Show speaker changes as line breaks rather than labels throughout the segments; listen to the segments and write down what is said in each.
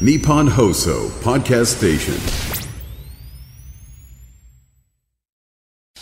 Nippon Hoso Podcast Station.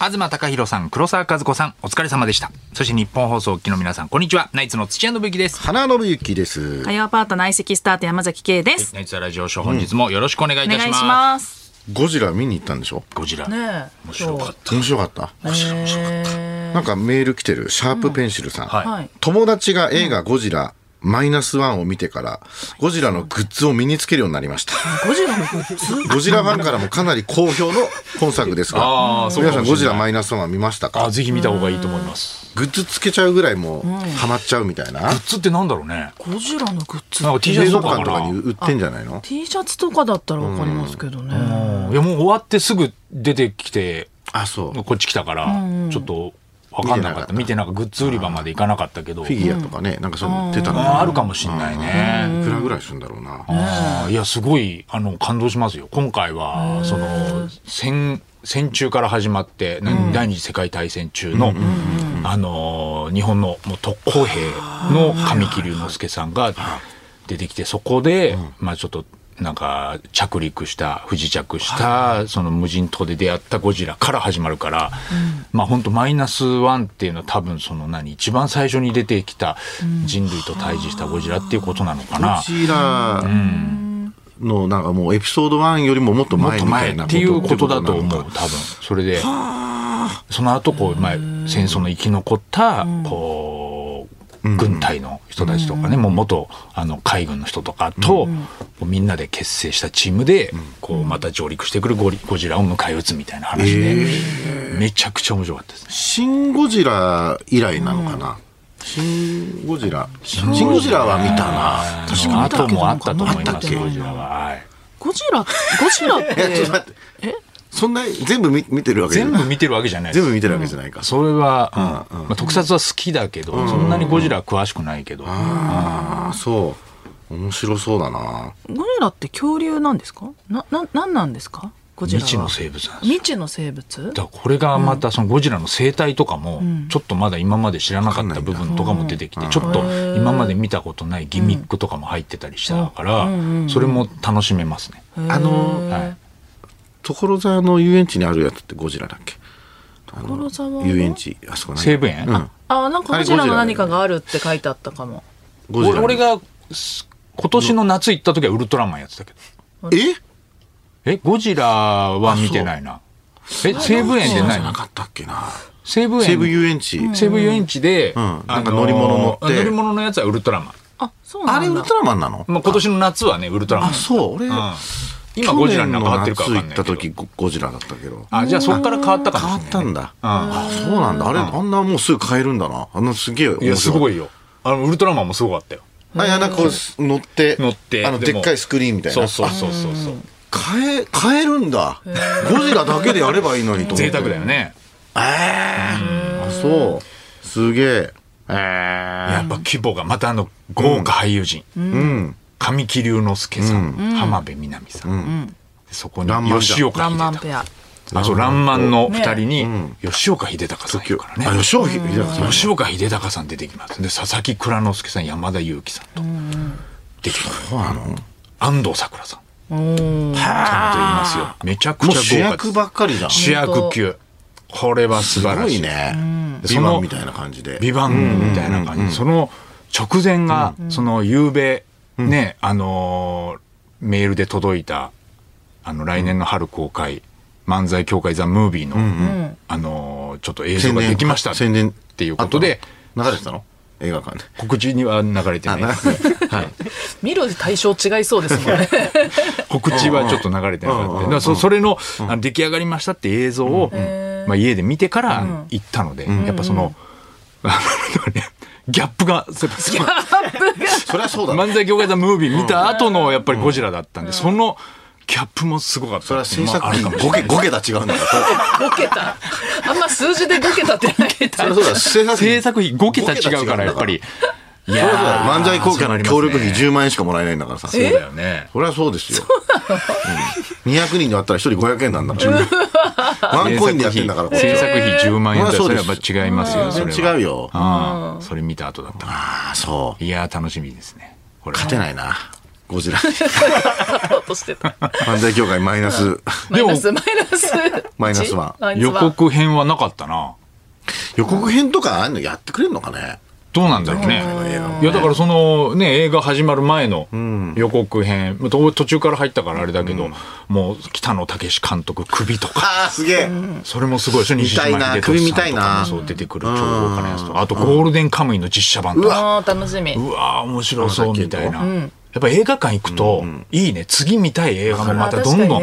東貴博さん、黒沢和子さん、お疲れ様でした。そして日本放送機の皆さん、こんにちは。ナイツの土屋信之です。
花信之です。
火曜パート内席スタート山崎圭です。
ナイツはラジオショー、本日もよろしくお願いい
お
たし
願いし
ます。
ます。
ゴジラ見に行ったんでしょ
ゴジラ。
ねえ、面白かっ
面白かった。
た。面白かった。
なんかメール来てる、シャープペンシルさん。
はい
はい。
友達が映画ゴジラ、マイナスワンを見てから、ゴジラのグッズを身につけるようになりま した。
ゴジラのグッズ
ゴジラファンからもかなり好評の本作です
あ
が
ー、そうかもしれな
皆
い
さんゴジラマイナスワンは見ましたか
あ、ぜひ見た方がいいと思います。
グッズつけちゃうぐらいもうハマっちゃうみたいな。
グッズってなんだろうね。
ゴジラのグッズ
なんか T シャ
映
ツと
画
か
館
か
とか
な。
に売ってんじゃないの
T シャツとかだったらわかりますけどね。
いや、もう終わってすぐ出てきて、
あ、そう。フ
こっち来たから、ちょっとわかんなかった。見
見
てなんかグッズ売り場まで行かなかったけど。
ィギュアとかね、なんかそういうの売ってたの
あーあるかもしんないね。
いくらぐらいするんだろうな。
あーいやすごいあの感動しますよ今回はその戦戦中から始まって、な第二次世界大戦中の、あのー日本のもう特攻兵の神木隆之介さんが出てきてそこで、まあちょっとなんか着陸した不時着したその無人島で出会ったゴジラから始まるから、まあ本当マイナスワンっていうのは多分その何一番最初に出てきた人類と対峙したゴジラっていうことなのかな。
ゴジラのなんかもうエピソード1よりももっと
も
前
っと
みた
前
いな
っていうことだと思う
って
多
こ
分それでその後こう、まあ、戦争の生き残ったこう、軍隊の人たちとかね、もう元あの海軍の人とかと、こうみんなで結成したチームで、こうまた上陸してくるゴリゴジラを迎え撃つみたいな話で、めちゃくちゃ面白かったですね。
シン・ゴジラ以来なのかな、シン・ゴジラシン・ゴジラは見たな
確かに見たけど
後もあったと思い
あ
ま
った
す
っけ
ゴジラは、はい
ゴジラ、ゴジラっ
えちょっと
て
待ってそんな全部見見てるわけじゃ
全
ない
部見てるわけじゃないです
全部見てるわけじゃないか、
それは、うんまあ、特撮は好きだけど、そんなにゴジラは詳しくないけど、
ああそう面白そうだな
ゴジラって恐竜なんですかな、な、なんなんですかゴジラは。
未知の生物なんですよ
未知の生物
だからこれがまたそのゴジラの生態とかもちょっとまだ今まで知らなかった部分とかも出てきてちょっと今まで見たことないギミックとかも入ってたりしたからそれも楽しめますね。
あの
はい、
所沢の遊園地にあるやつってゴジラだっけ
所沢の
遊園地あそこ何
西武園、
うん
あ、なんかゴジラの何かがあるって書いてあったかも。
ゴジラ
俺俺がす今年の夏行った時はウルトラマンやってたけど
え
えゴジラは見てないなえ西武園で
じゃな
何
かったっけな
西武園
西武遊園地、
西武遊園地で、
ん
あ
なんか乗り物乗って
乗り物のやつはウルトラマ
あ、そうな
あ
んだ。
れウルトラマンなの、
ン、まあ、今年の夏はねウルトラマン
あそう俺、
今ゴジラになんかってるか分かんないけど
去年の夏行った時ゴゴジラだったけど
あじゃあそこから変わったかもしれ
変わ
ない
ったんだ、あそうなんだあれ、あんなもうすぐ買えるんだなあんなすげえ面白
いや、すご
い
いよ。あの、ウルトラマンもすごかったよ。
あいやなんかこう乗って
乗って。
あので
も
っかいスクリーンみたいな
そうそうそうそうそう。
あ買え買えるんだ ゴジラだけでやればいいのにと思っ
贅
て
沢だよね。
えーあそうすげええー
やっぱ規模が、またあの、豪華俳優陣。
うん
神木隆之介さん、浜辺美波さん。そこに
らんまんじゃん
吉岡
ランマン
秀
ペア。
隆。あ、そう、ランマンの二人に、吉岡秀隆さんいるから
あ
ね。
吉尾秀隆さん
吉岡秀隆さん出てきます。で、佐々木蔵之介さん、山田裕貴さんと。出てきます。
そうなのも
安藤桜さん。彼女いますよ。めちゃく
う
ちゃ豪華です。
主役ばっかりじゃんす
主役級。これは素晴ら
ご
し
い
い。
ね
そ
ビ
の
バンみたいな感じで
ビバンみたいな感じ、その直前が、その夕べ、ね、あのーメールで届いた、あの、来年の春公開、漫才協会ザ・ムービーの、あのーちょっと映像ができました
宣伝
っていうことで、
あったの流れてたの映画館で
告知には流れてない。
はい
見る対象違いそうですもんね。
告知はちょっと流れてなかった。だからそそれの、あの出来上がりましたって映像を、まあ、家で見てから行ったので、やっぱその、あのギャップが、すすごい
そりゃそうだ
漫才協会座ムービー見た後のやっぱりゴジラだったんで、そのギャップもすごかった。
それは制
まあ
作
ある
費
かもしれ
5
ない
桁5桁違うんだから
ボケた。あんま数字でボケたってないけ
そ
た
りゃそうだ制作
制
費
作費5桁違うから、やっぱり。い
そりゃそうだよ
ー
漫才公開の協力費10万円しかもらえないんだからさそ
そうだよね。
りゃそうですようん200人で割ったら1人500円なんだからワンコインでやってんだからこっち
制
は
作費10万円だ
そ
そ
り
れ
ゃ
は
そう
やっ
です
ぱ違いますよ、そ
全
れ
然
は。
違うよ
ああ、それ見た後だったか
ああそう
ら。いやー、楽しみですね。これは
勝てないなゴジラ。
そとしてた。
犯罪協会マイナス。
マ
で
イ
も
ナス、マイナス。
マイナスワン
マイナス
予
ワン。
告編はなかったな
予告編とかああいうのやってくれるのかね
どうなんだろうね
映画も
いやだからそのね映画始まる前の予告編、と途中から入ったからあれだけど、もう北野武監督首とか
ああ、すげえ。
それもすごいでしょ西島秀
見たいな
俊
首見
さ
た
ん
い
とか
な
もそう出てくる超豪華なやつとかあと「ゴールデンカムイ」の実写版とか
あー楽しみ。
うわー面白そうみたいな、
うん
やっぱ映画館行くと、いいね次見たい映画もまたどんどん、あ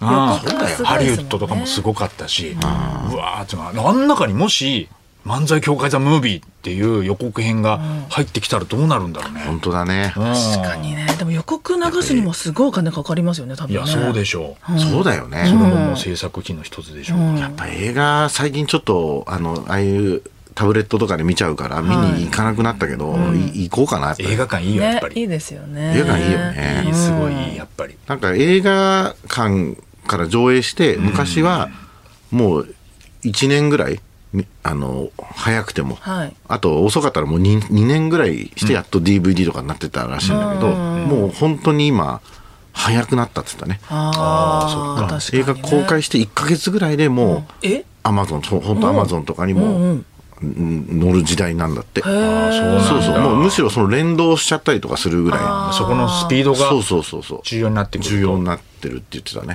あ
あ
ー確かにね予告がすごいですもんね
ハリウッドとかもすごかったし、うわーってのはあん中にもし「漫才協会ザ・ムービー」っていう予告編が入ってきたらどうなるんだろうね、
本当だね。
確かにね。でも予告流すにもすごいお金かかりますよね、多分
い
ね。
やそうでしょう、
そうだよ
それ
ね。
ももう制作費の一つでしょう、
やっぱ映画、最近ちょっと、あの、ああいうタブレットとかで見ちゃうから、見に行かなくなったけど、い行こうかなって。
映画館いいよやっ
ね
ぱり、
いいですよね。
映画いいよね
いいすごいいいやっぱり
なんか映画館から上映して、昔はもう1年ぐらい、みあの、早くても。
はい
あと遅かったらもう 2, 2年ぐらいしてやっと DVD とかになってたらしいんだけど、もう本当に今、早くなったって言ったね。
ああ、確か
映
に、ね。
画公開して1ヶ月ぐらいでもう、
え
アマゾン、ほんとアマゾンとかにも、うん乗る時代なんだって。
ああそうなんだ
そうそう。もうむしろその連動しちゃったりとかするぐら
そこのスピード
い。
が
そうそうそうそう。
重要になってくると
重要になってるって言ってたね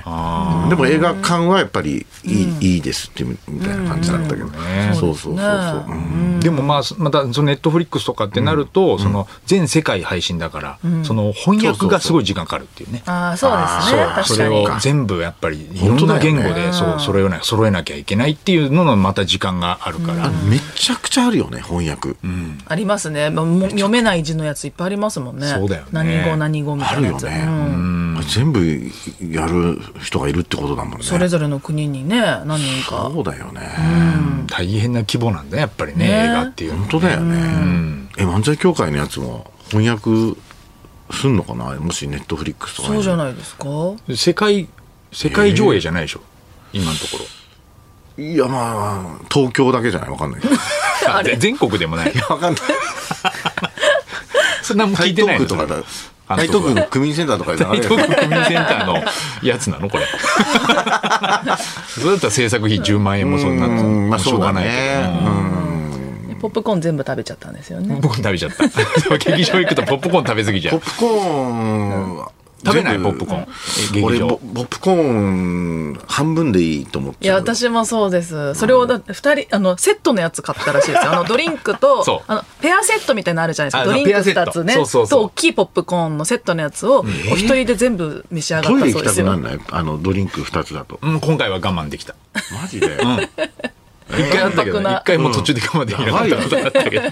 でも映画館はやっぱりいい,、いいですってみたいな感じだったけど、
ね
そうそうそうそう、うん
でもまあまたそのネットフリックスとかってなると、その全世界配信だから、その翻訳がすごい時間かかるっていうね。
ああ、そうですね。
そ
確
れ
か
を
に。
全部やっぱりいろんな言語
本当だ
でそう揃えな揃えなきゃいけないっていうののまた時間があるから、
めちゃくちゃあるよね翻訳、
ありますね。まあもう読めない字のやついっぱいありますもんね。
そうだよね
何語何語み
あ
たい
る
なや
よ
つ。
ね、
うん
うん全部やる人がいるってことだもんね
それぞれの国にね、何人か。
そうだよね、
大変な規模なんだやっぱりね
ね
映画っていうのは
本当だよね、え漫才協会のやつも翻訳すんのかなもしネットフリックスとかに
そうじゃないですか。
世界世界上映じゃないでしょ、今のところ
いやまあ東京だけじゃないわかんないけど
あぜ全国でもない
わかんない
そんなもん聞
台
いてな
東
い
区
の
とかだ
それ
台
監督
東
は
区の区民センターとかで流
台
れる
東区国民センターのやつなのこれそうだったら制作費10万円もそんな
う
も
んまあ
しょ
そうう
が
だ
ないけ
ね
ど、
ポップコーン全部食べちゃったんですよ
ポ
ね
ッ。プコーン食べちゃったそう劇場行くとポップコーン食べ過ぎじゃ
ポ
ん
ップコーン
食べない
全
ポ
部
ップコーンえ
俺
劇
ポ
場
ポップコーン半分でいいと思っ
い
て
や、私もそうです。それをだって、二人、あの、セットのやつ買ったらしいですよ。あの、ドリンク と
そう、
あの、ペアセットみたいなのあるじゃないです
あ
か。ドリンク
ペアセッ
二
ト
つね。
そうそうそう
と、大きいポップコーンのセットのやつを、お一人で全部召し上が
ト
っ
イ
た
レ
そ
行
う
き
で
た
す
く
よ。
なんないあのドリンク2つだと
うん今回は我慢できた
マジで
一回あったけど
わんぱくな
一回もう途中で我慢できなかったことがあったけど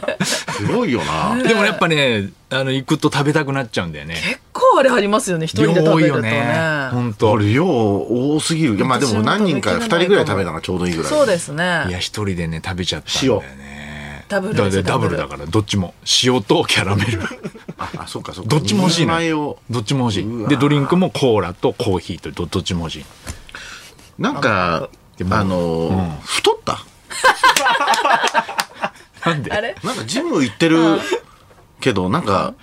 すごいよな
でもやっぱねあの行くと食べたくなっちゃうんだよね
結構あれありますよね、一人で食べるとね。
本当
俺量多すぎるいやまあで
私
も
も
何人か2
食べきれな
人ぐら
い
い食べたのがちょうどいいぐらい
そうです
いや
ね。
一人でね食べちゃったんだよね
ダブル
だっ
です
て
よ
ダブルだからどっちも塩とキャラメル
ああそっかそっか
どっちも欲しい
名
の
前
よ
を
どっちも欲し
う
い
わ
でドリンクもコーラとコーヒーとどどっちも欲しい
なんか
でも
あのー太った
なんで
あれ
なんかジム行ってるけどなんか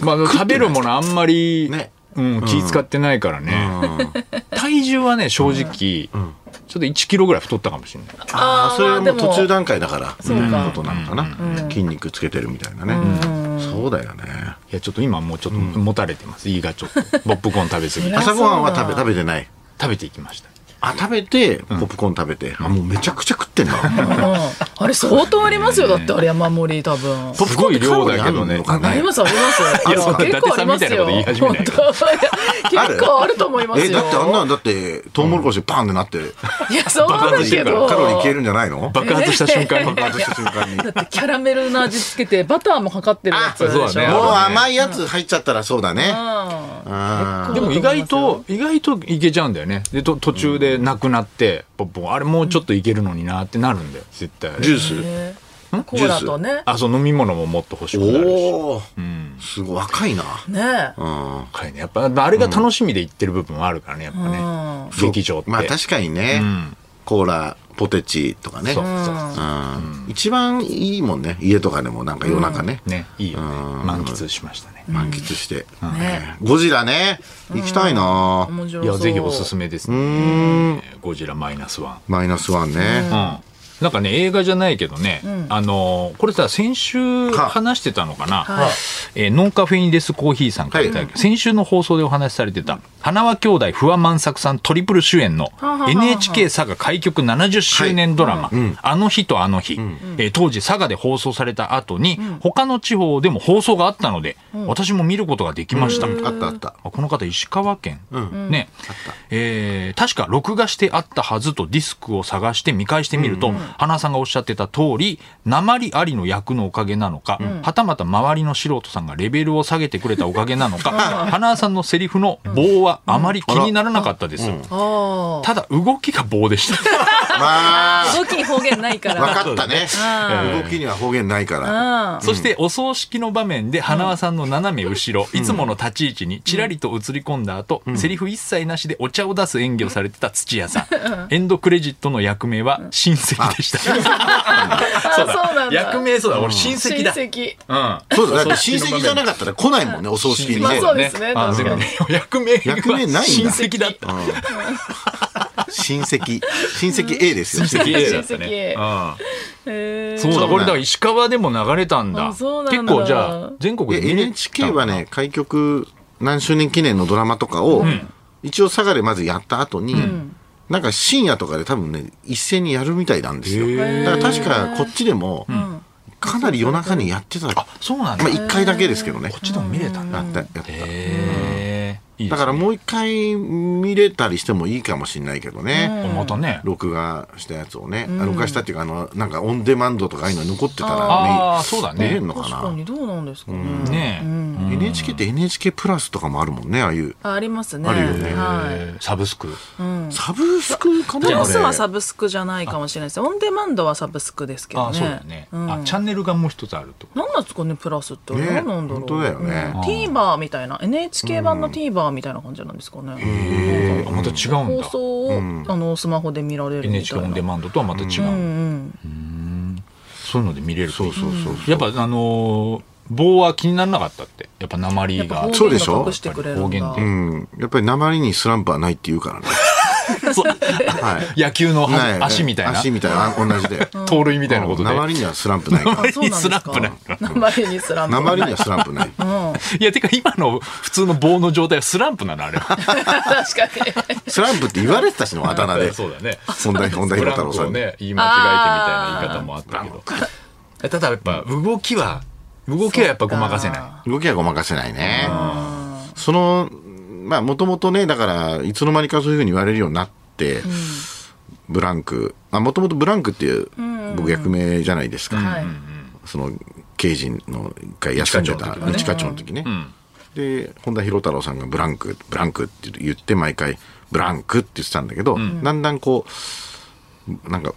まあ、食べるものあんまり、
ね
うん、気使ってないからね、体重はね正直、ちょっと1キロぐらい太ったかもしれない
あ
あー
あそれはもう
まあでも
途中段階だからみ
うか
たいなことなのかな筋肉つけてるみたいなねそうだよね
いやちょっと今もうちょっともたれてます、胃がちょっと ポップコーン食べ過ぎて
偉い
朝ごはんは
そう
食
だ
べ食べてない
食べていきました
あ食べてポップコーン食べてあもうめちゃくちゃ食ってんだ
うんあれ相当ありますよ。だってあれ山盛り多分。
ポップコーンってカロリーある
す
の
ごい量だけどね
か
あり
ね
ますあります。あ
いやそんな
の結構ありますよ。
伊達さんみたいなこ
本当いや結構あると思いま す
え
よ。
だってあんなのだってトウモロコシパンってなって
いやそうなんだけど。
カロリー消えるんじゃないの
爆発した瞬間に
爆発した瞬間に
だってキャラメルの味つけてバターもかかってるやつでしょ。
あそうだね
もう甘いやつ入っちゃったらそうだね
うん
あ
でも意外と意外といけちゃうんだよねでと途中でなくなってポップコーンあれもうちょっといけるのになってなるんだよ絶対
ージュース
ねコーラとね。
あそう飲み物ももっと欲しくなるし
おおすごい若いな
ね
うん
高いねやっぱまああれが楽しみで行ってる部分はあるからねやっぱね、劇場って、
まあ確かにね、コーラポテチとかね
そうそうそう
うん一番いいもんね家とかでもなんか夜中ね,、
ねいいよね満喫しましたね
満喫して、
ね
ゴジラね行きたいな、
面白
い
そう
やぜひおすすめですねゴジラマイナスワン
マイナスワンね、
うんなんかね映画じゃないけどね、あのーこれさ先週
は
話してたのかな、
はい
えーノンカフェインレスコーヒーさんからいただき、先週の放送でお話しされてた花輪兄弟不破万作さんトリプル主演の
ははは
NHK 佐賀開局70周年ドラマ「あの日とあの日」えー当時佐賀で放送された後に、他の地方でも放送があったので、私も見ることができました、
あったあった
あこの方石川県、ね、えー確か録画してあったはずとディスクを探して見返してみると、花さんがおっしゃってた通り鉛ありの役のおかげなのか、はたまた周りの素人さんがレベルを下げてくれたおかげなのか花さんのセリフの棒はあまり気にならなかったです、
あ
ただ動きが棒でした
まあ
あ動きに方言ないから
分かったね
うん
動きには方言ないから
そしてお葬式の場面で花輪さんの斜め後ろ、いつもの立ち位置にちらりと映り込んだ後、セリフ一切なしでお茶を出す演技をされてた土屋さん、エンドクレジットの役名は親戚でしたそう
あそうなんだ
役名そうだ俺親
親
戚だ
戚
うん
そうだだって親戚じゃなかったら来ないもんねお葬式に
まあ
ね
そうですね
あ
確かに
そうだね役名は
役名ないんだ
親戚だった
親戚親戚 A ですよ
親戚 A だった
親戚
ね
A
うん
へー
そうだこれだから石川でも流れたんだ
あそうなんだ
結構じゃあ全国で
え
見れた
NHK はね開局何周年記念のドラマとかを、一応佐賀でまずやった後に、なんか深夜とかで多分ね一斉にやるみたいなんですよ
へ
だから確かこっちでも、かなり夜中にやってたま
あそうなんだ、
あ一回だけですけどね
こっちでも見れたんだ
やったやった
へえいいで
だ
すね
からもう一回見れたりしてもいいかもしれないけどね、
またね
録画したやつをね、あ録画したっていうかあのなんかオンデマンドとかああいうの残ってたら
あーそうだ
見見れ
ね
るのか
確
な
かにどうなんですかね
ねえ、
NHK って NHK プラスとかもあるもんねああいう
あありますね
あるよね
はい
えーサブスク
サブスクかな
プラスは
あ
サブスクじゃないかもしれないですオンデマンドはサブスクですけどね
あそうだね、
ん
あチャンネルがもう一つあるってこ
何なんですかねプラスって、
ね
何なんだろ
本
う
当だよね
うん、TVer みたいな NHK 版の TVer みたいな感じなんですかね、
と、あまた違うん
放
だ
送を、あのスマホで見られるみ
NHK
た
オ
い
ンデ
な
マンドとはまた違う、うんそういうので見れるそうそうそうやっぱあのー棒は気にならなかったってやっぱ鉛
やっぱ
が
方
そう
言
でしょ
が隠してくれる
方
ん
言
だ
で
うんやっぱり鉛にスランプはないって言うからね
そう
はい
野球の は
ない
足みたいな
足みたいなあ同じ で
盗塁みたいなことで、
鉛にはスランプないから
あそうなんですか
鉛にス ラン
鉛
鉛にスランプ
にはスランプない
いやてか今の普通の棒の状態はスランプなのあれは
確かに
スランプって言われてたしのあだ名で
そうだね
本 田本田
ブ
博
ラ
太
ン
郎
ク
さ
を
んに
ね言い間違えてみたいな言い方もあったけどえただやっぱ動きは動きはやっぱごまかせない
動きはごまかせないねそのまあもともとねだからいつの間にかそういうふうに言われるようになって、ブランクもともとブランクっていう僕役名じゃないですか、
はい
その刑事の一回休んでた一課長の時ね、で本田博太郎さんが「ブランクブランク」って言って毎回「ブランク」って言ってたんだけど、だんだんこうなんか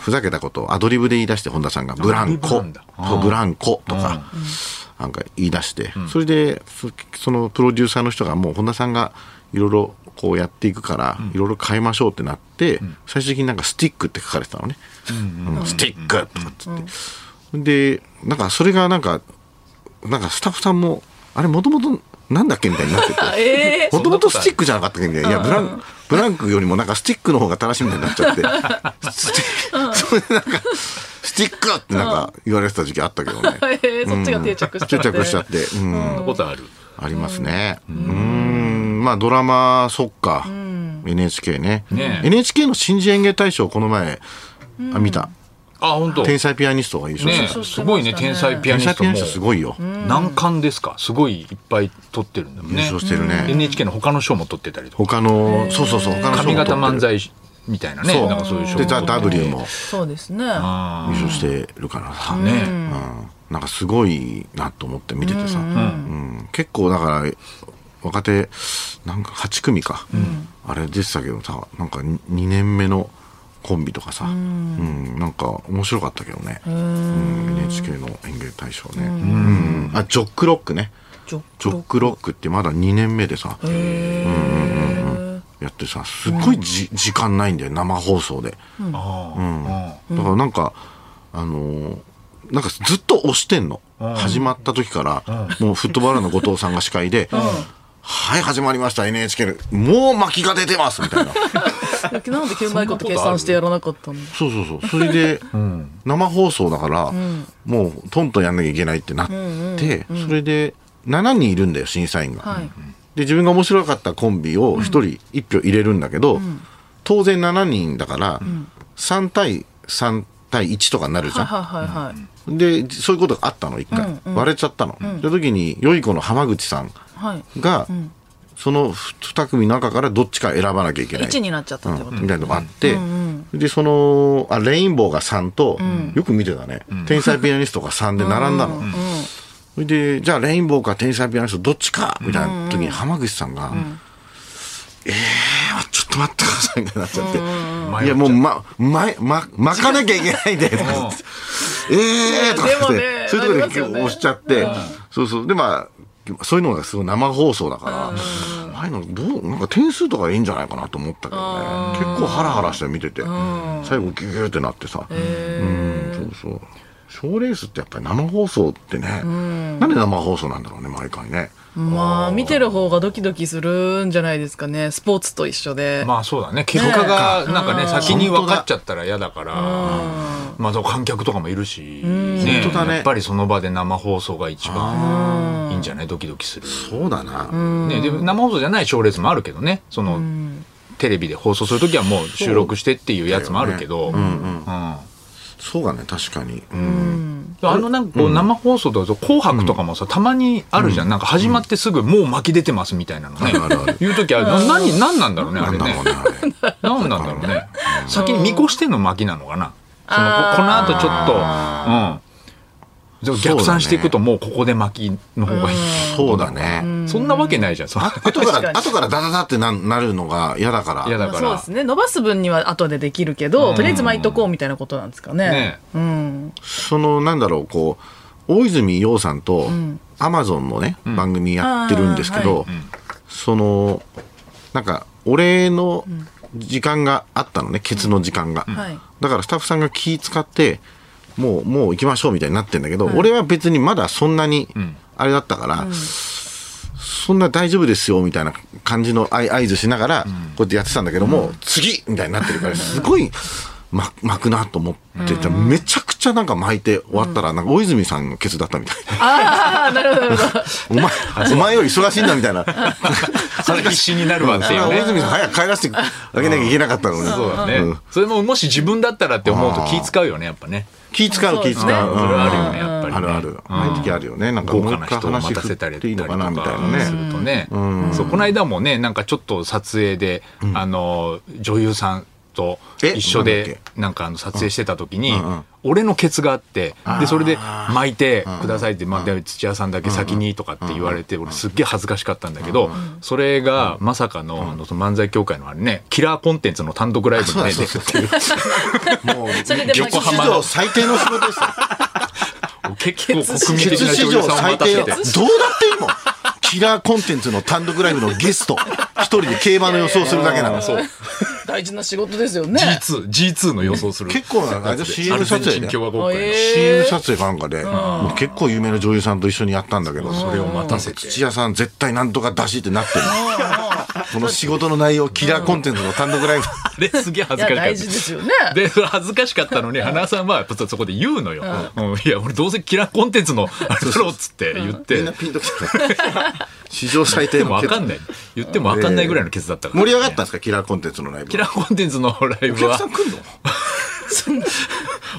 ふざけたことをアドリブで言い出して本田さんが「ブラン
アドリブ
コ
なんだ」
そうブランコ」とか、なんか言い出して、それでそそのプロデューサーの人がもう本田さんがいろいろこうやっていくから、いろいろ変えましょうってなって、最終的になんか「スティック」って書かれてたのね。うんスティックとかっつって、でなんかそれがなんかなんかスタッフさんもあれもともとなんだっけみたいになってて
ええ
もともとスティックじゃなかったっけみたいないやブランブランクよりもなんかスティックの方が正しいみたいになっちゃってスティックそれでなんかスティックってなんか言われてた時期あったけどね
ええそっちが定着しち
執
ゃって
着しちゃって、うん
そんなことある
ありますねうーんまあドラマそっか NHK ね
ね
NHK の新人演芸大賞この前あ見た
あ本当
天
ね
才ピアニストが優勝した
そう
すごいね
して
天
ましたね
才ピアニスト
天才ピ
も
アニストすごいよ。
難関ですかすごいいっぱい撮ってるんだもんね
優勝してるね
NHK の他の賞も撮ってたりとか
他の、そうそうそう、他の
髪型漫
才
才みたいなねなんかそういう賞
で、ザ・ W も
そうですね
あ
優勝してるからさ、
ーね
うんなんかすごいなと思って見ててさ、うん結構だから、若手、なんか8組か、あれでしたけどさ、なんか2年目のコンビとかさ、うんなんか面白かったけどね、うん NHK の演芸大賞ね。うんあ、ジョックロックね。
ジョ
ジョックロックってまだ2年目でさ、やってさすっごいじ、時間ないんだよ生放送で、だからなんかあのーなんかずっと押してんの、始まった時から、もうフットボールの後藤さんが司会で「はい始まりました NHK もう巻きが出てます」みたいな
なんでうまいこと計算してやらなかったんだ
そうそうそうそれで、生放送だから、もうトントンやんなきゃいけないってなって、それで7人いるんだよ審査員が。
はい
で自分が面白かったコンビを1人1票入れるんだけど、当然7人だから3対3対1とかになるじゃん。
はいはいはい
でそういうことがあったの1回、割れちゃったの。その時に良い子の浜口さん
はい
が、その2組の中からどっちか選ばなきゃいけない。
1になっちゃったってこと
みたいなのがあって、でそのあレインボーが3と、よく見てたね、天才ピアニストが3で並んだの、それでじゃあレインボーか天才ピアニストどっちかみたいな時に浜口さんが「えー、ちょっと待ってください」みたいになっちゃって「いやもう、ままま、巻かなきゃいけないんで」とか言って「えー」とか言って、
いやでもね
そういうとこ
あり
ろ
ま
です
よね
押しちゃって、そうそうでまあそういうのがすごい生放送だから。ああいうのどうなんか点数とかいいんじゃないかなと思ったけどね結構ハラハラして見てて最後ギュギュってなってさうんそうそう賞レースってやっぱり生放送ってねなんで生放送なんだろうね毎回ね
まあ見てる方がドキドキするんじゃないですかねスポーツと一緒で
まあそうだね結果がなんかね先に分かっちゃったら嫌だからまあそう観客とかもいるし、ね、
本当だね
やっぱりその場で生放送が一番いいんじゃないドキドキする、
そうだな
ね、で生放送じゃない賞レースもあるけどねそのテレビで放送する時はもう収録してっていうやつもあるけど、うん
そうだね確かにうん
あのなんかこう生放送とかそう紅白とかもさ、たまにあるじゃん。なんか始まってすぐもう巻き出てますみたいなのね。
あるある
言う時 ある。な何、何なんだろうね、あ
な
れ
んだ
ね
ろう。ね あれ
何なんだろうね。先に見越しての巻きなのかな。そ
あー
のここの後ちょっと、うん。でも逆算していくともうここで巻きの方がいい。
そうだね
そんなわけないじゃん。そう
後か
確からに
後からダダダってななるのが嫌だから
嫌だ
まあ
か
そうで
ら
す。ね伸ばす分には後でできるけど、とりあえず巻いとこうみたいなことなんですかね
ね
うん
そのなんだろうこう大泉洋さんとアマゾンのね、番組やってるんですけど、そのなんかお礼の時間があったのねケツの時間が、
はい
だからスタッフさんが気使ってもうもう行きましょうみたいになってんだけど、俺は別にまだそんなにあれだったから、そんな大丈夫ですよみたいな感じのあい合図しながらこうやってやってたんだけども、次みたいになってるからすごいま巻くなと思ってて、めちゃくちゃなんか巻いて終わったらなんか大泉さんのケツだったみたい
ああなるほどなるほど
な、お前お前より忙しいんだみたいな
それ必死になるわっていう
それは大
ね。
泉さん早く帰らせてあげなきゃいけなかったのに、
そうだ
う
ね
ん。
それももし自分だったらって思うと気使うよね、やっぱね。
気使う気使
そ
う、
そう
れはあるよね、やっぱりね。
あるある。ああいう時あるよね。なんか
豪
もう
華
一
な
回
人を待
話
たせた
振
り
っていい
と
の
か
かなみたいな
す
ね。
るとね、そうこの間もねなんかちょっと撮影で、あの女優さんと
え
一緒
なんだ
で
っ
なんかあの撮影してた時に、俺のケツがあってでそれで巻いてくださいって、まあ、で土屋さんだけ先にとかって言われて俺すっげえ恥ずかしかったんだけど、それがまさかのあのその漫才協会のあれねキラーコンテンツの単独ライブにね
そうだそうだ
出てる
もう
それで
横浜
史
の
上最低の仕 事ですよ。
結構国民
ケ
的
ツ
な
史
女優
上
さんを
最
待た
低
せ
の。ど
て
うだっていいもん。キラーコンテンツの単独ライブのゲスト、一人で競馬の予想するだけなの。
そう
大事な仕事ですよね
G2、G2 の予想する。
結構なあれで CM 撮影
アル
ね
ゼンチン共和国会の
え
CM 撮影かなんかで、もう結構有名な女優さんと一緒にやったんだけど、そ
それを待たせて。
土屋さん絶対なんとか出しってなってるのこの仕事の内容、キラーコンテンツの単独ライブ。
あれすげえ恥ずか
いや
しかった。
大事ですよね
でそれ恥ずかしかったのに、花さんはやっぱそこで言うのよ。うんいや、俺どうせキラーコンテンツのあれだろうっつって言って、
みんな
言っ
ピンときてない史上最
て
低の
も
結
分か
果
んない。言っても分かんないぐらいのケツだったから。
盛り上がったんですかキラーコンテンツのライブ
キラーコンテンツのライ
お
ブ
客
は
さん、来んの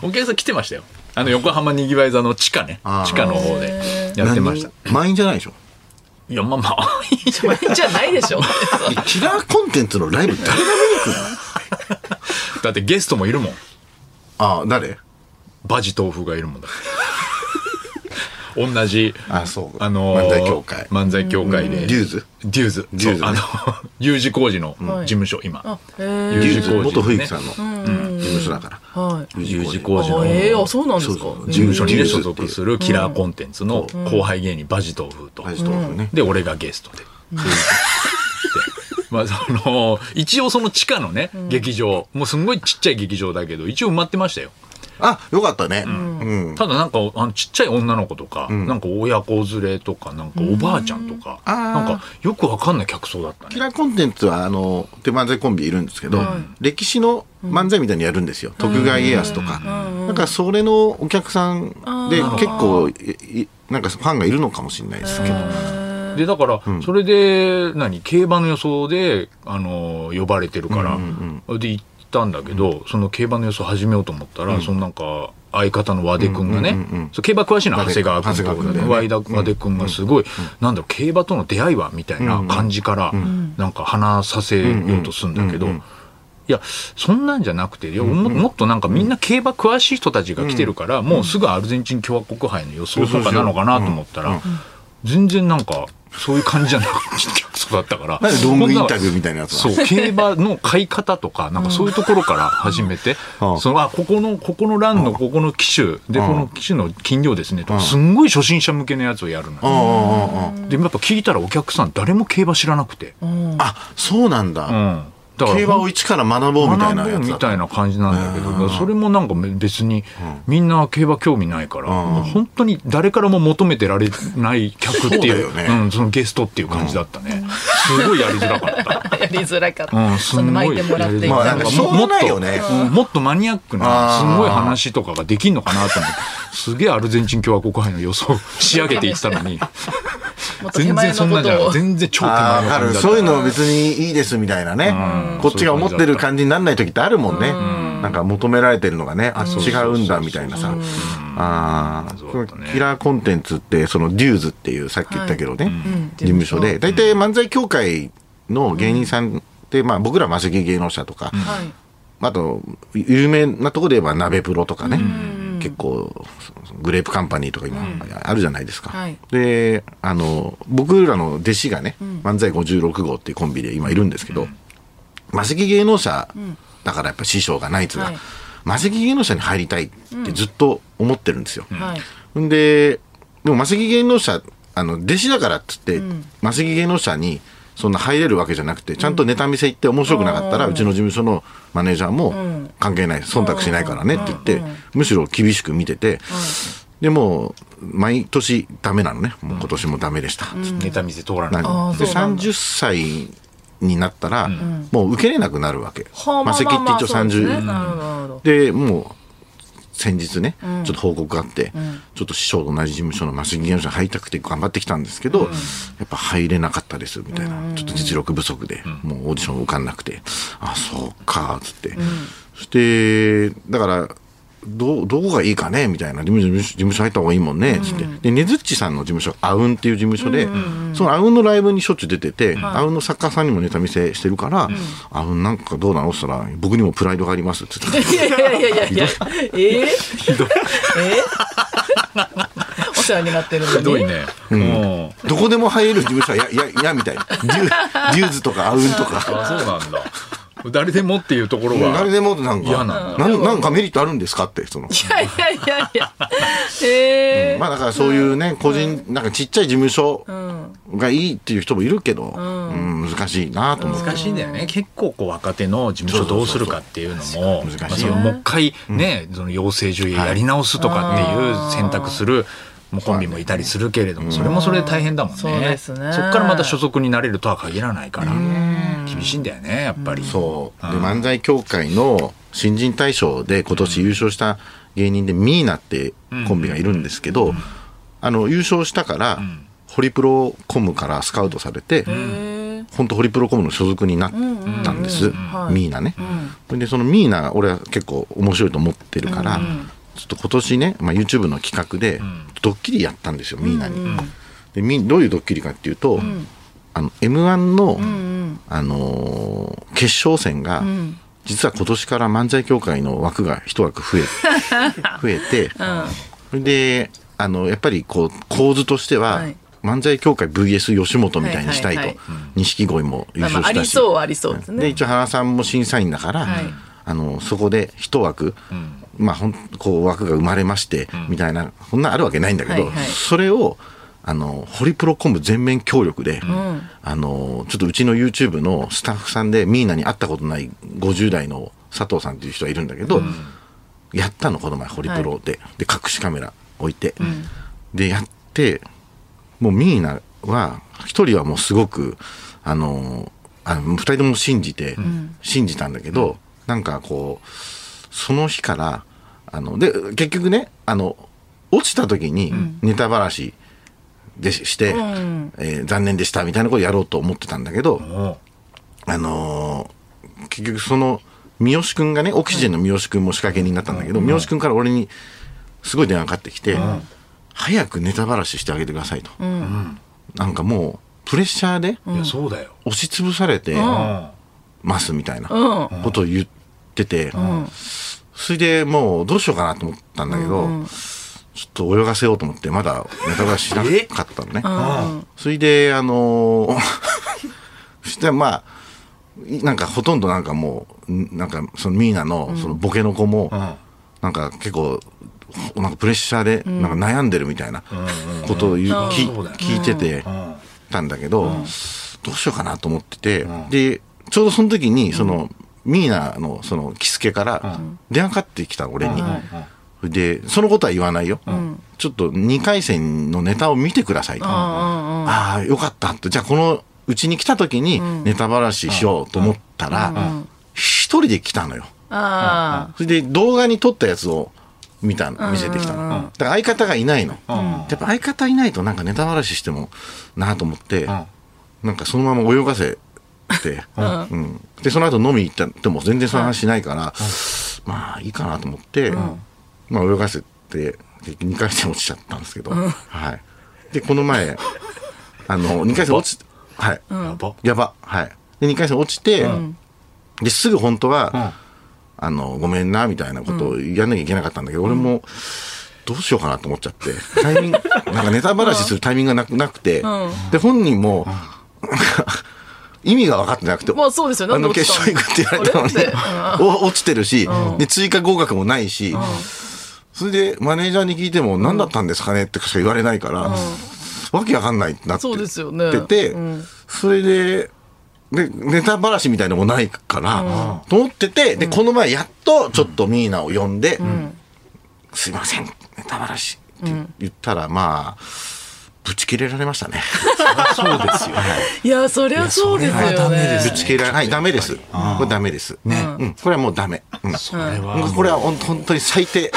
お客さん来てましたよ。あの、横浜にぎわい座の地下ね。
あー
地下の方でやってました。
何人満員じゃないでしょ
いや、まあまあ、いいじゃん
じゃないでしょ
えキラーコンテンツのライブ誰が見に行くの
だってゲストもいるもん。
ああ誰
バジ豆腐がいるもんだから。同じ、
あそう
あのー
漫才協会
漫才協会で。
デューズ
デューズ。
デューズ
そ
ね
うあの、U 字工事の事務所、今。
へー
U
リュ
字
ウズ
工
元
事
冬
の
木
ね。
さんの事務所だから
はい
有事工事
あ
の
ええ
事
あそうなんですか
そうそう
ええ
事
務所にね所属す
る
るキラーコンテンツの後輩芸人バジ豆腐と。
大豆豆腐ね
で、俺がゲストで。でまあその一応その地下のね劇場、もうすんごいちっちゃい劇場だけど一応埋まってましたよ
あよかったねうん
ただなんかあのちっちゃい女の子とか、なんか親子連れとかなんかおばあちゃんとか、
あー
なんかよくわかんない客層だった
キ
ね
ラーコンテンツはあの手漫才コンビいるんですけど、歴史の漫才みたいにやるんですよ、徳川家康とか、なんかそれのお客さんで結構いいなんかファンがいるのかもしれないですけど、
でだから、それで何競馬の予想であの呼ばれてるから、で行ったんだけど、その競馬の予想始めようと思ったら、そのなんか相方の和出君がね、そう競馬詳しいのは長谷川君
長谷川君だよね
和田和出君がすごい、なんだろう競馬との出会いはみたいな感じから、なんか話させようとするんだけど。いやそんなんじゃなくていやももっとなんかみんな競馬詳しい人たちが来てるから、もうすぐアルゼンチン共和国杯の予想とかなのかなと思ったら、全然なんかそういう感じじゃなくてそうだったから
なんでロングインタビューみたいなやつな
そ
の
う競馬の買い方とかなんかそういうところから始めて、
うん
そのあここのここのランのここの機種でこの機種の金量ですねとかすんごい初心者向けのやつをやるの、
あ
でやっぱ聞いたらお客さん誰も競馬知らなくて、うん
ああああそうなんだ、
だから
競馬を一から学ぼうみたいな
学
やつ
ぼう
だ
みたいな感じなんだけどそれもなんか別にみんな競馬興味ないから本当に誰からも求めてられない客っていう
そうだよね
うんそのゲストっていう感じだったねすごいやりづらか った。
やりづらかった。
うん、す
そ
ん
の
ご
巻
い
いてもらっていい
まあなん
の
かしょうがないよ
もっ
ね
とうんもっとマニアックな
あー
すごい話とかができんのかなと思ってすげえアルゼンチン共和国杯の予想仕上げていった のに
もっと手
全
前
然そん
のこ
なんじゃな
と
い
を。
全然超手
ああ
前の
わか
感
る
じだった
そういうの別にいいですみたいなね、
うん
こっちが思ってる感じにならない時ってあるもんね、なんか求められてるのがねあ違うんだみたいなさ、ああ
そうだったね
キラーコンテンツってそのデューズっていうさっき言ったけどね、
ん
事務所で大体漫才協会の芸人さんって、まあ、僕らマセキ芸能者とか、
はい
あと有名なところで言えば鍋プロとかね、結構そそグレープカンパニーとか今あるじゃないですか、
はい
であの僕らの弟子がね、漫才56号っていうコンビで今いるんですけど、マセキ芸能者だからやっぱ師匠がナイツが、
はい
マセキ芸能者に入りたいってずっと思ってるんですよ、
はい。
んで、でも、マセキ芸能者、あの、弟子だからっつって、マセキ芸能者に、そんな入れるわけじゃなくて、ちゃんとネタ見せ行って面白くなかったら、うちの事務所のマネージャーも、関係ない、忖度しないからねって言って、むしろ厳しく見てて、でもう、毎年ダメなのね。もう今年もダメでした。つって
ネタ見せ通らない
な
あ
ん
ー
で
そうなんだ
30歳になったら、もう受けれなくなるわけ。マセキって一応
そうですね
30
なるほどなるほど。
でもう先日ね、ちょっと報告があって、ちょっと師匠と同じ事務所のマスギ芸能者に入りたくて頑張ってきたんですけど、やっぱ入れなかったですみたいな、ちょっと実力不足で、もうオーディション受かんなくてあそうかっつって、そしてだからどうどこがいいかねみたいな事務所事務所入った方がいいもんねっつって、でねずっちさんの事務所アウンっていう事務所で、そのアウンのライブにしょっちゅう出てて、アウンの作家さんにもネタ見せしてるから、アウンなんかどうなのって言ったら僕にもプライドがありますって言ってた
いやいやいやいやいや。えええーお世話になってるのに。
ひどいね、うん、
どこでも入れる事務所はや、や、や、みたいな。デュー、デューズとかアウンとか。
あそうなんだ誰でもっていうところは
誰でもなん
嫌
か、
なん
なんなんかメリットあるんですかって、その。
いやいやいやいや。ええ
まあだからそういうね、個人、なんかちっちゃい事務所がいいっていう人もいるけど、うん、難しいなと思って。
難しいんだよね結構こう若手の事務所どうするかっていうのも
そうそうそうそう
まあ
難しい
そ
よ
のもう一回ね、その養成所へやり直すとかっていう選択するもうコンビもいたりするけれどもそれもそれで大変だもんね
そうですね
そっからまた所属になれるとは限らないから厳しいんだよねやっぱり
そう。で、漫才協会の新人大賞で今年優勝した芸人でミーナってコンビがいるんですけど、あの、優勝したから、ホリプロコムからスカウトされて、
ー。
本当ホリプロコムの所属になったんです、
い
ミーナね、それでそのミーナ俺は結構面白いと思ってるから、ちょっと今年ね、まあ、YouTube の企画でドッキリやったんですよミーナに、でみどういうドッキリかっていうと、あの m 1の、あのー決勝戦が、実は今年から漫才協会の枠が一枠 増え増えて、それであのやっぱりこう構図としては、
はい
漫才協会 VS 吉本みたいにしたいと、
はいはいはい
錦鯉も優
まあま
勝
あ、あ
した
り
し、
そうはありそうです
で
ね。
一応原さんも審査員だから、
はい
あのそこで一枠、まあほんこう枠が生まれまして、みたいなそんなあるわけないんだけど、
はいはい
それをあのホリプロコム全面協力で、あのちょっとうちの YouTube のスタッフさんでミーナに会ったことない50代の佐藤さんっていう人がいるんだけど、やったのこの前ホリプロで,、で隠しカメラ置いて、でやってもうミーナは一人はもうすごくあのあ二人とも信じて、信じたんだけど、なんかこうその日からあので結局ねあの落ちた時にネタばらしでしして、えー残念でしたみたいなことやろうと思ってたんだけど、
お
あのー結局その三好君がねオキシジェンの三好君も仕掛け人になったんだけど、三好君から俺にすごい電話かかってきて、早くネタばらししてあげてくださいと、なんかもうプレッシャーで
いやそうだよ、
押しつぶされてますみたいなことを言ってて、それでもうどうしようかなと思ったんだけど、ちょっと泳がせようと思ってまだネタばらししなかったのね。それで、あのー そしたらまあ、いなんかほとんどなんかもうん、なんかそのミーナのそのボケの子も、なんか結構、ほなんかプレッシャーでなんか悩んでるみたいなことを言うき
そうだよね
聞いててたんだけど、どうしようかなと思ってて、で、ちょうどその時に、その、ミーナのそのキスケから電話かかってきた俺に。それで、そのことは言わないよ。ちょっと2回戦のネタを見てくださいと。ああ、よかったって。じゃあこのうちに来た時にネタばらししようと思ったら、一人で来たのよ。
あ
それで動画に撮ったやつを見たの見せてきたの。だから相方がいないの。やっぱ相方いないとなんかネタばらししてもなと思って、なんかそのまま泳がせて、 うんで、その後飲み行ったっても全然その話しないから、まあいいかなと思って、まあ泳がせて、2回戦落ちちゃったんですけど、はい。で、この前、あの、2回戦落ち、はい。
やば
やば。はい。で、2回戦落ちて、で、すぐ本当は、あの、ごめんな、みたいなことをやんなきゃいけなかったんだけど、俺も、どうしようかなと思っちゃって、タ イミング、なんかネタばらしするタイミングがなくなくて、で、本人も、 意味が分かってなくて、
まあそうですよね
あの決勝行くって言われ
あ
たのに、お落ちてるし、で、追加合格もないし、それでマネージャーに聞いても、何だったんですかねってしか言われないから、わけわかんないってなって
そうですよね
ってて、
うん
それで、で、ネタばらしみたいのもないから、と思ってて、で、この前やっとちょっとミーナを呼んで、すいません、ネタばらしって言ったら、まあ、ぶち切れられました ね。
そうですよ、
いやそりゃそうです
いやそれ
よ
はダメ
ね
です
ぶち切れられ、はい、ダメです。これダメです。ね。うん。これはもうダメ。うん。
それは
もうこれは本当本当に最 低。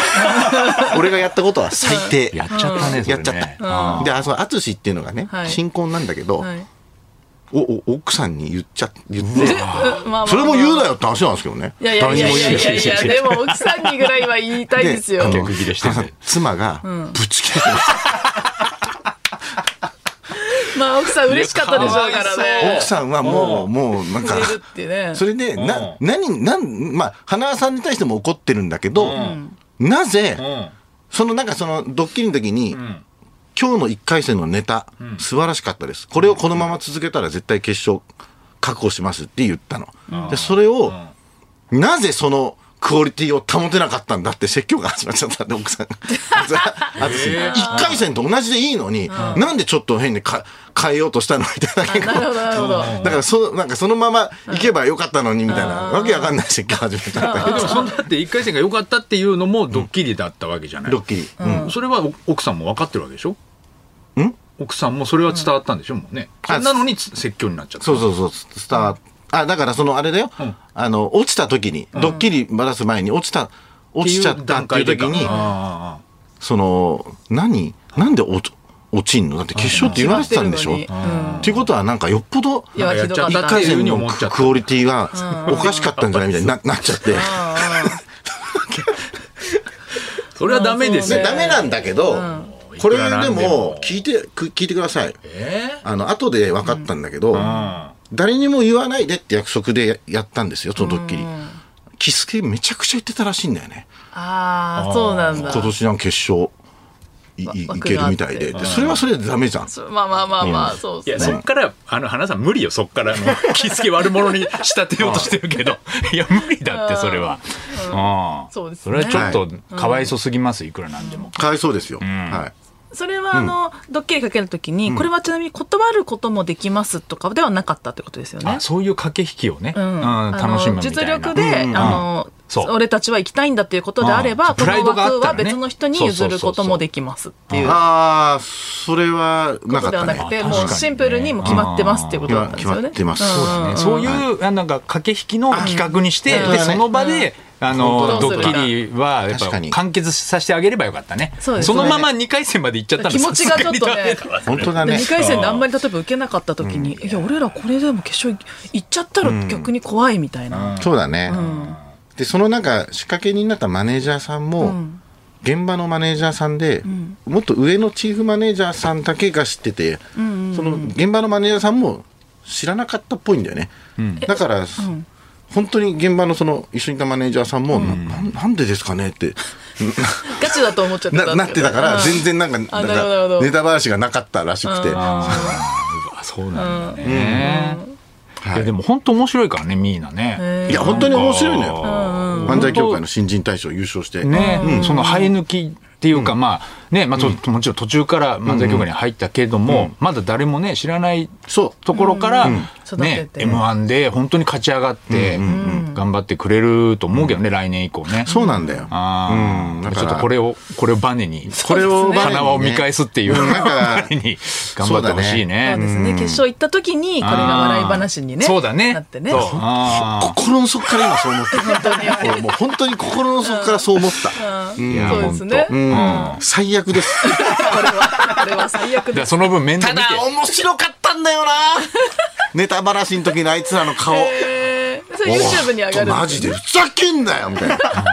俺がやったことは最低。
やっちゃったね、それ
やっ
ね
ちゃった。で、あその淳っていうのがね
は、い
新婚なんだけど、
はい
お、お、奥さんに言っちゃ、言 って、
うんまあまあまあ
それも言うなよって話なんですけどね。
いやいやいやいやいやいや
誰にも言えない
でも奥さんにぐらいは言いたいですよ
あの
逆ギレしてんだよ
妻が、ぶち 切れてました
まあ奥さん嬉しかったでしょうから
いや
ね
奥さんはもう、もう、なんか
売、れるってね
それで、な、何、なん、まあ、花輪さんに対しても怒ってるんだけど、なぜ、
うん
そのなんかそのドッキリの時に、今日の1回戦のネタ、素晴らしかったです。これをこのまま続けたら絶対決勝確保しますって言ったの。で、それを、なぜそのクオリティを保てなかったんだって説教が始まっちゃったんで、奥さん が。あつに1回戦と同じでいいのに、なんでちょっと変にか変えようとしたのみたいな結構。
なるほどなるほど
だからそ、なんかそのまま行けばよかったのにみたいな、わけわかんない説教始めたんだけ
で
ど
もそんなって一回戦が良かったっていうのもドッキリだったわけじゃない、
ドッキリ。うん
それは奥さんも分かってるわけでしょ
ん
奥さんもそれは伝わったんでしょもうね
あ
そんなのにつ説教になっちゃった
そうそうそう、スター、あ、だからそのあれだよ、あの、落ちた時に、ドッキリばらす前に落ちた、落ちちゃったっていう時に、
あ
その、何なんで落落ちんのだって決勝って言われてたんでしょ
う
っ
ん
ていうことはなんかよっぽど、
いや
あやっ
ひど
ちゃ
か
っ
った
たってい
一回
うふう
戦
に
の
思っちゃった
クオリティがおかしかったんじゃないみたいにななっちゃって。
それはダメです
ね、
よ
ダメなんだけど、
うん
これ
いくらな
で
んで
も
も
聞いてく聞いてください
え
あの後で分かったんだけど、
ー
誰にも言わないでって約束でややったんですよそのドッキリ、キスケめちゃくちゃ言ってたらしいんだよね
ああそうなんだ
今年の決勝いい
わ
いけるみたいで
枠があって
でそれはそれでダメじゃん
そまあまあまあまあそう
い
で
や
す
そ
ね
っからあの花さん無理よそっからあ の気付け悪者に仕立てようとしてるけどいや無理だってそれはうん
そうです
そ
ね
れはちょっとかわいそすぎますいくらなんでも
かわいそうですよ、はい
それはあの、ドッキリかけるときに、これはちなみに断ることもできますとかではなかったってことですよね
あ。そういう駆け引きをね、う
うん
ん、楽しむみたいな
実力で、
うん
あの
そう
俺たちは行きたいんだっていうことであれば、
うん
こ
プライ
の
ドがあ
枠
ったら
は
ね
別の人に譲ることもできますっていうこ
ああそれはなか
と
った
ではな
ね
くて、
あ確かに
もう
ね
シンプルにもう決まってますっていうことだったんですよね。
決まってます
うん
そう
ねそういう、あなんか駆け引きの企画にして、
うん
で
うん
その場で、あ
コ
の
ン
ド
トロ
ッ
ールする
キリはやっ
確か
ぱ
に
完結させてあげればよかったね
そうですね
のまま2回戦まで行っちゃったら
気持ちがちょっとね
さすがにダメだわ
本当だ
で
ね
2回戦であんまり例えば受けなかった時に、いや俺らこれでも決勝行っちゃったら逆に怖いみたいな、
そうだね、でそのなんか仕掛け人になったマネージャーさんも、現場のマネージャーさんで、もっと上のチーフマネージャーさんだけが知ってて、その現場のマネージャーさんも知らなかったっぽいんだよね、だから、本当に現場のその一緒にいたマネージャーさんも、なななんでですかねって
ガチだと思っちゃってたんで
な
す
なってたから、
うん
全然なんか
あ
なんか
なるほどなるほど
ネタばらしがなかったらしくて、
うわそうなんだね、
はい
いやでも本当面白いからねミーナね
いや本当に面白いのよ
よ
漫才協会の新人大賞優勝して、
ね、その生え抜きっていうか、まあね、まあ、ちょっともちろん途中から漫才協会に入ったけれども、まだ誰もね知らない
そう
ところから、
育て
ね
て
m 1で本当に勝ち上がって、頑張ってくれると思うけどね、来年以降ね。
そうなんだよ、
あー
うん
や
だ
っぱ
か
ち
ら
ょっとこれをこれをバネに
これをバネにね
花輪を見返すっていう、
うんな んか
に頑張ってほしいね
そうですね、決勝行った時にこれが笑い話にね
そうだね
なってね
そう
本
あー
心の底から今そう思った俺もう本当に心の底からそう思った、うん
いや
そうですね
ほんとうん
最悪です
これは これは最悪
だか
で
ら
す
その分面倒
た
見て
だ面白かったんだよな ネタばらしの時のあいつらの顔
えーそれ YouTube に上がる
マジでふざけんなよみたいな
だか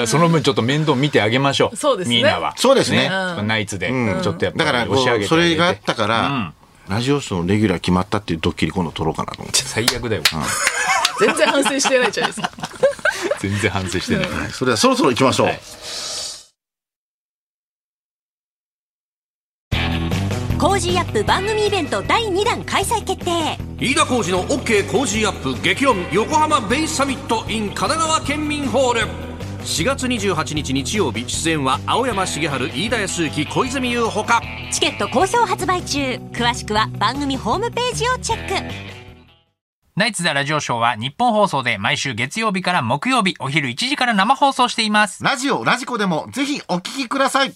らその分ちょっと面倒見てあげましょう
そうですね
みんなは
そうですね
ナイツでちょっとやっぱ
だ
り
からこ
押し上げ
う
て
そ
あげ
れ
て
があったから、ラジオショーのレギュラー決まったっていうドッキリ今度撮ろうかなと思って
最悪だよ
全然反省してないじゃないですか
全然反省してない
それではそろそろ行きましょう、
はい
コージーアップ番組イベント第2弾開催決定
飯田浩司の OK 工事アップ激論横浜ベイサミット in 神奈川県民ホール4月28日日曜日出演は青山茂春飯田康之小泉優ほか
チケット好評発売中詳しくは番組ホームページをチェック
ナイツザラジオショーは日本放送で毎週月曜日から木曜日お昼1時から生放送しています。
ラジオラジコでもぜひお聞きください